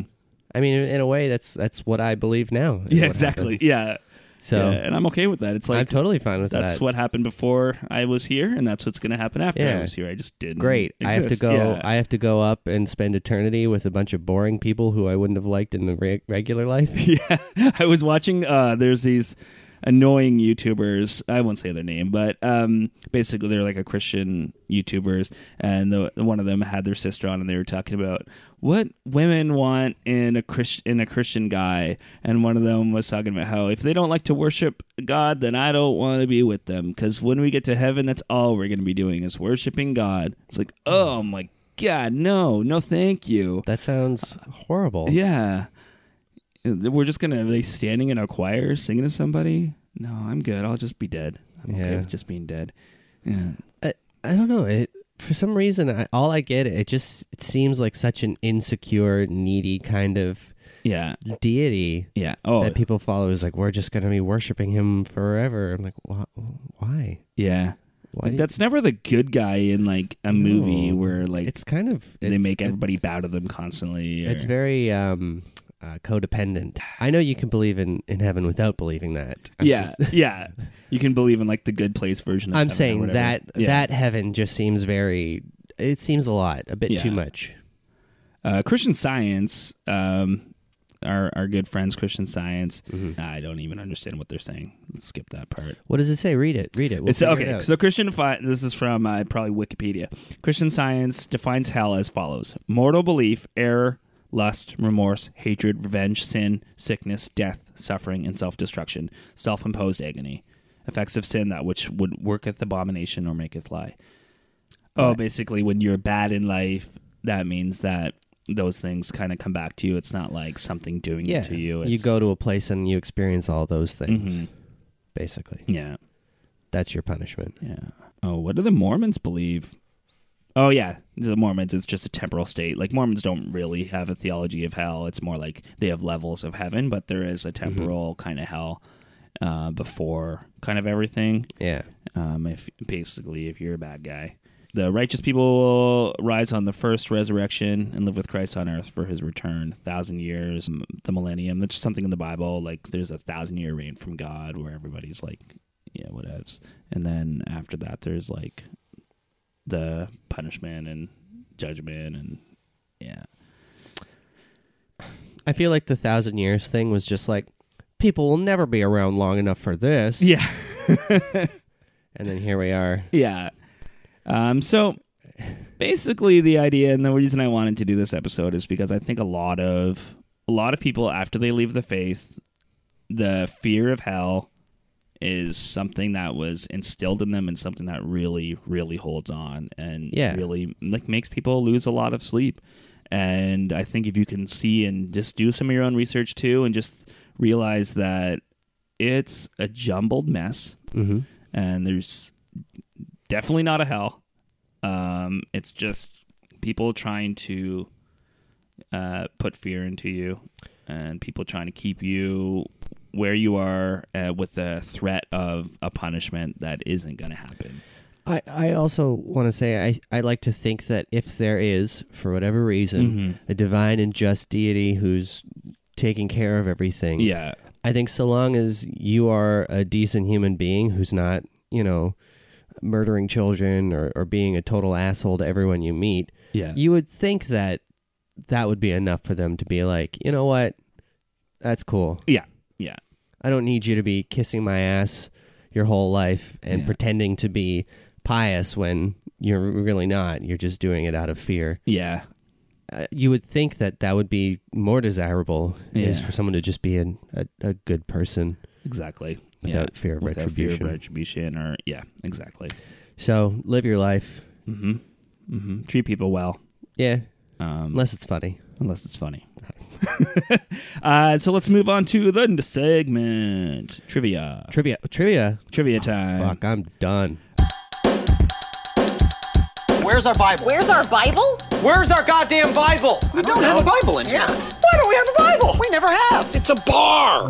[SPEAKER 2] I mean, in a way, that's that's what I believe now. is
[SPEAKER 1] yeah,
[SPEAKER 2] what
[SPEAKER 1] exactly.
[SPEAKER 2] happens.
[SPEAKER 1] Yeah,
[SPEAKER 2] So
[SPEAKER 1] yeah, and I'm okay with that. It's like
[SPEAKER 2] I'm totally fine with
[SPEAKER 1] that's
[SPEAKER 2] that.
[SPEAKER 1] what happened before I was here, and that's what's going to happen after I
[SPEAKER 2] Yeah.
[SPEAKER 1] was here. I just didn't.
[SPEAKER 2] Great. I have to
[SPEAKER 1] exist.
[SPEAKER 2] go.
[SPEAKER 1] Yeah.
[SPEAKER 2] I have to go up and spend eternity with a bunch of boring people who I wouldn't have liked in the re- regular life. (laughs)
[SPEAKER 1] yeah. (laughs) I was watching. Uh, there's these annoying YouTubers. I won't say their name, but um, basically they're like a Christian YouTubers, and the, one of them had their sister on, and they were talking about what women want in a Christ, in a Christian guy, and one of them was talking about how if they don't like to worship God, then I don't want to be with them because when we get to heaven, that's all we're going to be doing is worshiping God. It's like, oh my God, no, no, thank you.
[SPEAKER 2] that sounds horrible.
[SPEAKER 1] Yeah. We're just going to be standing in a choir singing to somebody. No, I'm good. I'll just be dead. I'm okay
[SPEAKER 2] Yeah.
[SPEAKER 1] with just being dead. Yeah.
[SPEAKER 2] I, I don't know. It, for some reason, I, all I get it just it seems like such an insecure, needy kind of
[SPEAKER 1] Yeah.
[SPEAKER 2] deity
[SPEAKER 1] Yeah. Oh,
[SPEAKER 2] that people follow. Is like we're just going to be worshiping him forever. I'm like, wh- why?
[SPEAKER 1] yeah.
[SPEAKER 2] Why?
[SPEAKER 1] Like,
[SPEAKER 2] do-
[SPEAKER 1] that's never the good guy in like a movie
[SPEAKER 2] No.
[SPEAKER 1] where like
[SPEAKER 2] it's kind of
[SPEAKER 1] they
[SPEAKER 2] it's-
[SPEAKER 1] make
[SPEAKER 2] it-
[SPEAKER 1] everybody bow to them constantly. or-
[SPEAKER 2] It's very um, uh, codependent. I know you can believe in, in heaven without believing that. I'm
[SPEAKER 1] yeah, (laughs)
[SPEAKER 2] just- (laughs)
[SPEAKER 1] yeah. You can believe in like the good place version. of
[SPEAKER 2] I'm
[SPEAKER 1] heaven or
[SPEAKER 2] saying
[SPEAKER 1] whatever.
[SPEAKER 2] that
[SPEAKER 1] Yeah.
[SPEAKER 2] that heaven just seems very. It seems a lot, a bit too
[SPEAKER 1] Yeah.
[SPEAKER 2] much.
[SPEAKER 1] uh, Christian Science, um, our our good friends Christian Science.
[SPEAKER 2] Mm-hmm.
[SPEAKER 1] I don't even understand what they're saying. Let's skip that part.
[SPEAKER 2] What does it say? Read it. Read it. We'll
[SPEAKER 1] it's
[SPEAKER 2] figure
[SPEAKER 1] okay.
[SPEAKER 2] It out.
[SPEAKER 1] so Christian, fi- this is from uh, probably Wikipedia. Christian Science defines hell as follows: mortal belief, error, lust, remorse, hatred, revenge, sin, sickness, death, suffering, and self-destruction, self-imposed agony, effects of sin that which would worketh abomination or maketh lie. Oh, basically, when you're bad in life, that means that those things kind of come back to you. It's not like something doing
[SPEAKER 2] yeah,
[SPEAKER 1] it to you. It's, Mm-hmm.
[SPEAKER 2] you go to a place and you experience all those things. Basically,
[SPEAKER 1] yeah.
[SPEAKER 2] that's your punishment.
[SPEAKER 1] Yeah. Oh, what do the Mormons believe? Oh yeah, the Mormons. It's just a temporal state. Like Mormons don't really have a theology of hell. It's more like they have levels of heaven, but there is a temporal kind of hell uh, before kind of everything.
[SPEAKER 2] Yeah.
[SPEAKER 1] Um, if basically if you're a bad guy, the righteous people will rise on the first resurrection and live with Christ on earth for His return, thousand years, m- the millennium. That's something in the Bible. Like there's a thousand year reign from God where everybody's like, yeah, whatevs. And then after that, there's like the punishment and judgment and yeah,
[SPEAKER 2] I feel like the thousand years thing was just like people will never be around long enough for this.
[SPEAKER 1] yeah, (laughs)
[SPEAKER 2] And then here we are.
[SPEAKER 1] yeah. Um, so basically the idea and the reason I wanted to do this episode is because I think a lot of a lot of people after they leave the faith, the fear of hell is something that was instilled in them and something that really really holds on and
[SPEAKER 2] Yeah.
[SPEAKER 1] really like makes people lose a lot of sleep. And I think if you can see and just do some of your own research too and just realize that it's a jumbled mess
[SPEAKER 2] Mm-hmm.
[SPEAKER 1] and there's definitely not a hell. Um, it's just people trying to uh, put fear into you, and people trying to keep you where you are uh, with the threat of a punishment that isn't going to happen.
[SPEAKER 2] I, I also want to say I, I like to think that if there is, for whatever reason,
[SPEAKER 1] Mm-hmm.
[SPEAKER 2] a divine and just deity who's taking care of everything,
[SPEAKER 1] Yeah,
[SPEAKER 2] I think so long as you are a decent human being who's not, you know, murdering children or, or being a total asshole to everyone you meet,
[SPEAKER 1] yeah,
[SPEAKER 2] you would think that that would be enough for them to be like, you know what? That's cool.
[SPEAKER 1] yeah, yeah,
[SPEAKER 2] I don't need you to be kissing my ass your whole life and
[SPEAKER 1] Yeah.
[SPEAKER 2] pretending to be pious when you're really not. You're just doing it out of fear.
[SPEAKER 1] yeah.
[SPEAKER 2] Uh, you would think that that would be more desirable is
[SPEAKER 1] Yeah.
[SPEAKER 2] for someone to just be an, a, a good person.
[SPEAKER 1] Exactly.
[SPEAKER 2] Without
[SPEAKER 1] Yeah.
[SPEAKER 2] fear of
[SPEAKER 1] Without
[SPEAKER 2] retribution.
[SPEAKER 1] Fear of retribution, or yeah, exactly.
[SPEAKER 2] So live your life.
[SPEAKER 1] hmm hmm Treat people well.
[SPEAKER 2] Yeah,
[SPEAKER 1] Um,
[SPEAKER 2] unless it's funny.
[SPEAKER 1] unless it's
[SPEAKER 2] (laughs)
[SPEAKER 1] funny. uh, so let's move on to the n- segment trivia.
[SPEAKER 2] Trivia. Trivia.
[SPEAKER 1] Trivia time.
[SPEAKER 2] Fuck, I'm done.
[SPEAKER 3] Where's our Bible?
[SPEAKER 4] Where's our Bible?
[SPEAKER 3] Where's our goddamn Bible? We don't, have a Bible in here. Why don't we have a Bible? We never have. It's a bar.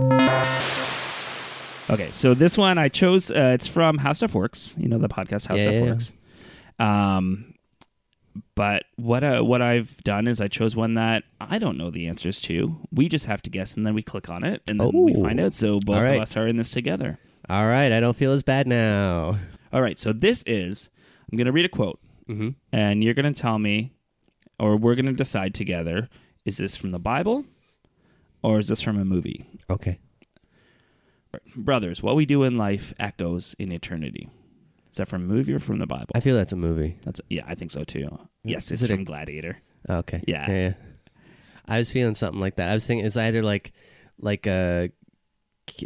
[SPEAKER 1] Okay, so this one I chose. Uh, it's from How Stuff Works. You know the podcast How
[SPEAKER 2] Yeah,
[SPEAKER 1] Stuff
[SPEAKER 2] yeah, yeah.
[SPEAKER 1] Works. Um, but what uh, what I've done is I chose one that I don't know the answers to. We just have to guess, and then we click on it, and then we
[SPEAKER 2] Oh.
[SPEAKER 1] find out. So both
[SPEAKER 2] All right.
[SPEAKER 1] of us are in this together.
[SPEAKER 2] All right, I don't feel as bad now.
[SPEAKER 1] All right, so this is I'm going to read a quote,
[SPEAKER 2] Mhm.
[SPEAKER 1] and you're going to tell me, or we're going to decide together is this from the Bible or is this from a movie?
[SPEAKER 2] Okay.
[SPEAKER 1] Brothers, what we do in life echoes in eternity. Is that from a movie or from the Bible?
[SPEAKER 2] I feel that's a movie.
[SPEAKER 1] That's yeah, I think so too. Yes,
[SPEAKER 2] Is
[SPEAKER 1] it's
[SPEAKER 2] it a-
[SPEAKER 1] from Gladiator.
[SPEAKER 2] Okay.
[SPEAKER 1] Yeah.
[SPEAKER 2] yeah. I was feeling something like that. I was thinking it's either like like a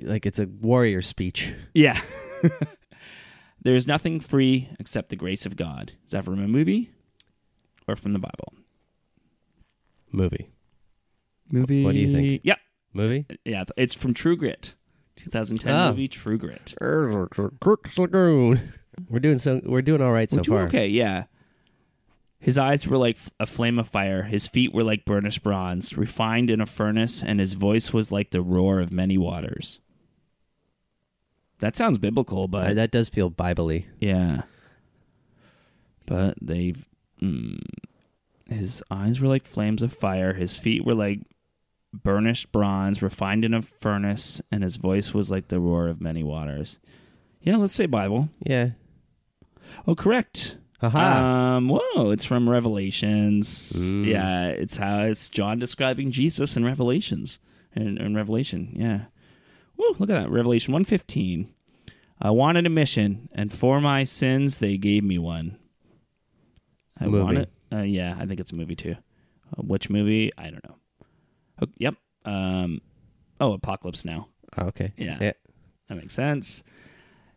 [SPEAKER 2] like it's a warrior speech.
[SPEAKER 1] Yeah. (laughs) there is nothing free except the grace of God. Is that from a movie or from the Bible?
[SPEAKER 2] Movie.
[SPEAKER 1] Movie.
[SPEAKER 2] what do you think?
[SPEAKER 1] Yep.
[SPEAKER 2] Movie?
[SPEAKER 1] Yeah, it's from True Grit. 2010
[SPEAKER 2] Oh.
[SPEAKER 1] movie True Grit.
[SPEAKER 2] We're doing so we're doing all right so
[SPEAKER 1] We're doing
[SPEAKER 2] far.
[SPEAKER 1] okay, yeah. His eyes were like f- a flame of fire. His feet were like burnished bronze, refined in a furnace, and his voice was like the roar of many waters. That sounds biblical, but
[SPEAKER 2] Uh, that does feel biblically.
[SPEAKER 1] yeah. But they've. Mm, his eyes were like flames of fire. His feet were like burnished bronze, refined in a furnace, and his voice was like the roar of many waters. Yeah, let's say Bible.
[SPEAKER 2] Yeah.
[SPEAKER 1] Oh, correct.
[SPEAKER 2] Haha. Mm.
[SPEAKER 1] Um, whoa, it's from Revelations. Yeah, it's how it's John describing Jesus in Revelations. In, in Revelation, yeah. Woo, look at that. Revelation 115. I wanted a mission, and for my sins they gave me one. I
[SPEAKER 2] Movie.
[SPEAKER 1] want it. Uh, yeah, I think it's a movie too. Uh, which movie? I don't know. Oh, yep. Um, oh, Apocalypse Now.
[SPEAKER 2] Oh, okay.
[SPEAKER 1] Yeah. That makes sense.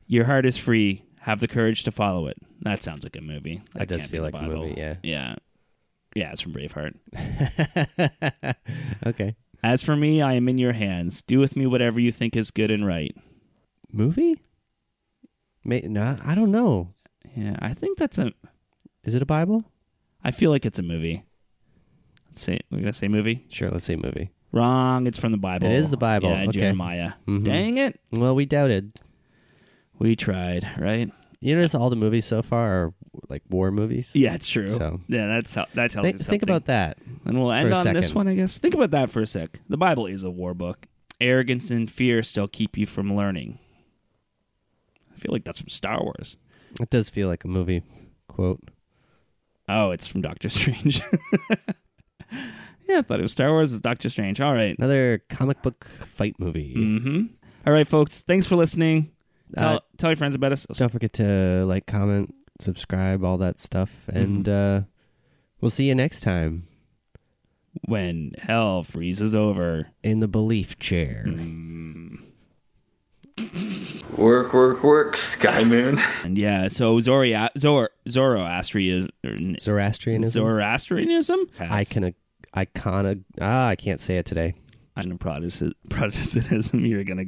[SPEAKER 1] Your heart is free. Have the courage to follow it. That sounds like a movie.
[SPEAKER 2] That does
[SPEAKER 1] can't
[SPEAKER 2] feel
[SPEAKER 1] be
[SPEAKER 2] like a
[SPEAKER 1] Bible.
[SPEAKER 2] movie, yeah.
[SPEAKER 1] Yeah. Yeah, it's from Braveheart.
[SPEAKER 2] Okay.
[SPEAKER 1] As for me, I am in your hands. Do with me whatever you think is good and right.
[SPEAKER 2] Movie? May, no, I don't know.
[SPEAKER 1] Yeah, I think that's a.
[SPEAKER 2] Is it a Bible?
[SPEAKER 1] I feel like it's a movie. Let's say we're gonna say movie.
[SPEAKER 2] Sure, let's say movie.
[SPEAKER 1] Wrong. It's from the Bible.
[SPEAKER 2] It is the Bible,
[SPEAKER 1] Yeah,
[SPEAKER 2] okay. Mm-hmm.
[SPEAKER 1] Jeremiah. Dang it.
[SPEAKER 2] Well, we doubted.
[SPEAKER 1] We tried, right?
[SPEAKER 2] You notice all the movies so far are like war movies?
[SPEAKER 1] Yeah, it's true.
[SPEAKER 2] So-
[SPEAKER 1] yeah, that's how that tells
[SPEAKER 2] Think,
[SPEAKER 1] us
[SPEAKER 2] think
[SPEAKER 1] something.
[SPEAKER 2] about that.
[SPEAKER 1] And we'll end
[SPEAKER 2] a
[SPEAKER 1] on this
[SPEAKER 2] second.
[SPEAKER 1] one, I guess. Think about that for a sec. The Bible is a war book. Arrogance and fear still keep you from learning. I feel like that's from Star Wars.
[SPEAKER 2] It does feel like a movie quote.
[SPEAKER 1] Oh, it's from Doctor (laughs) Strange. yeah, I thought it was Star Wars. It's Doctor Strange. All right.
[SPEAKER 2] Another comic book fight movie.
[SPEAKER 1] Mm-hmm. All right, folks. Thanks for listening. Tell,
[SPEAKER 2] Uh,
[SPEAKER 1] tell your friends about us. Mm-hmm.
[SPEAKER 2] Don't forget to like, comment, subscribe, all that stuff, and uh, We'll see you next time
[SPEAKER 1] when hell freezes over.
[SPEAKER 2] in the belief chair.
[SPEAKER 1] Mm-hmm.
[SPEAKER 5] Work, work, work, Sky Moon.
[SPEAKER 1] And yeah, so Zoria- Zor- Zoroastrianism.
[SPEAKER 2] Zoroastrianism.
[SPEAKER 1] Zoroastrianism?
[SPEAKER 2] I can icona. Ah, I can't say it today.
[SPEAKER 1] (laughs) I know Protestant- Protestantism. You're going to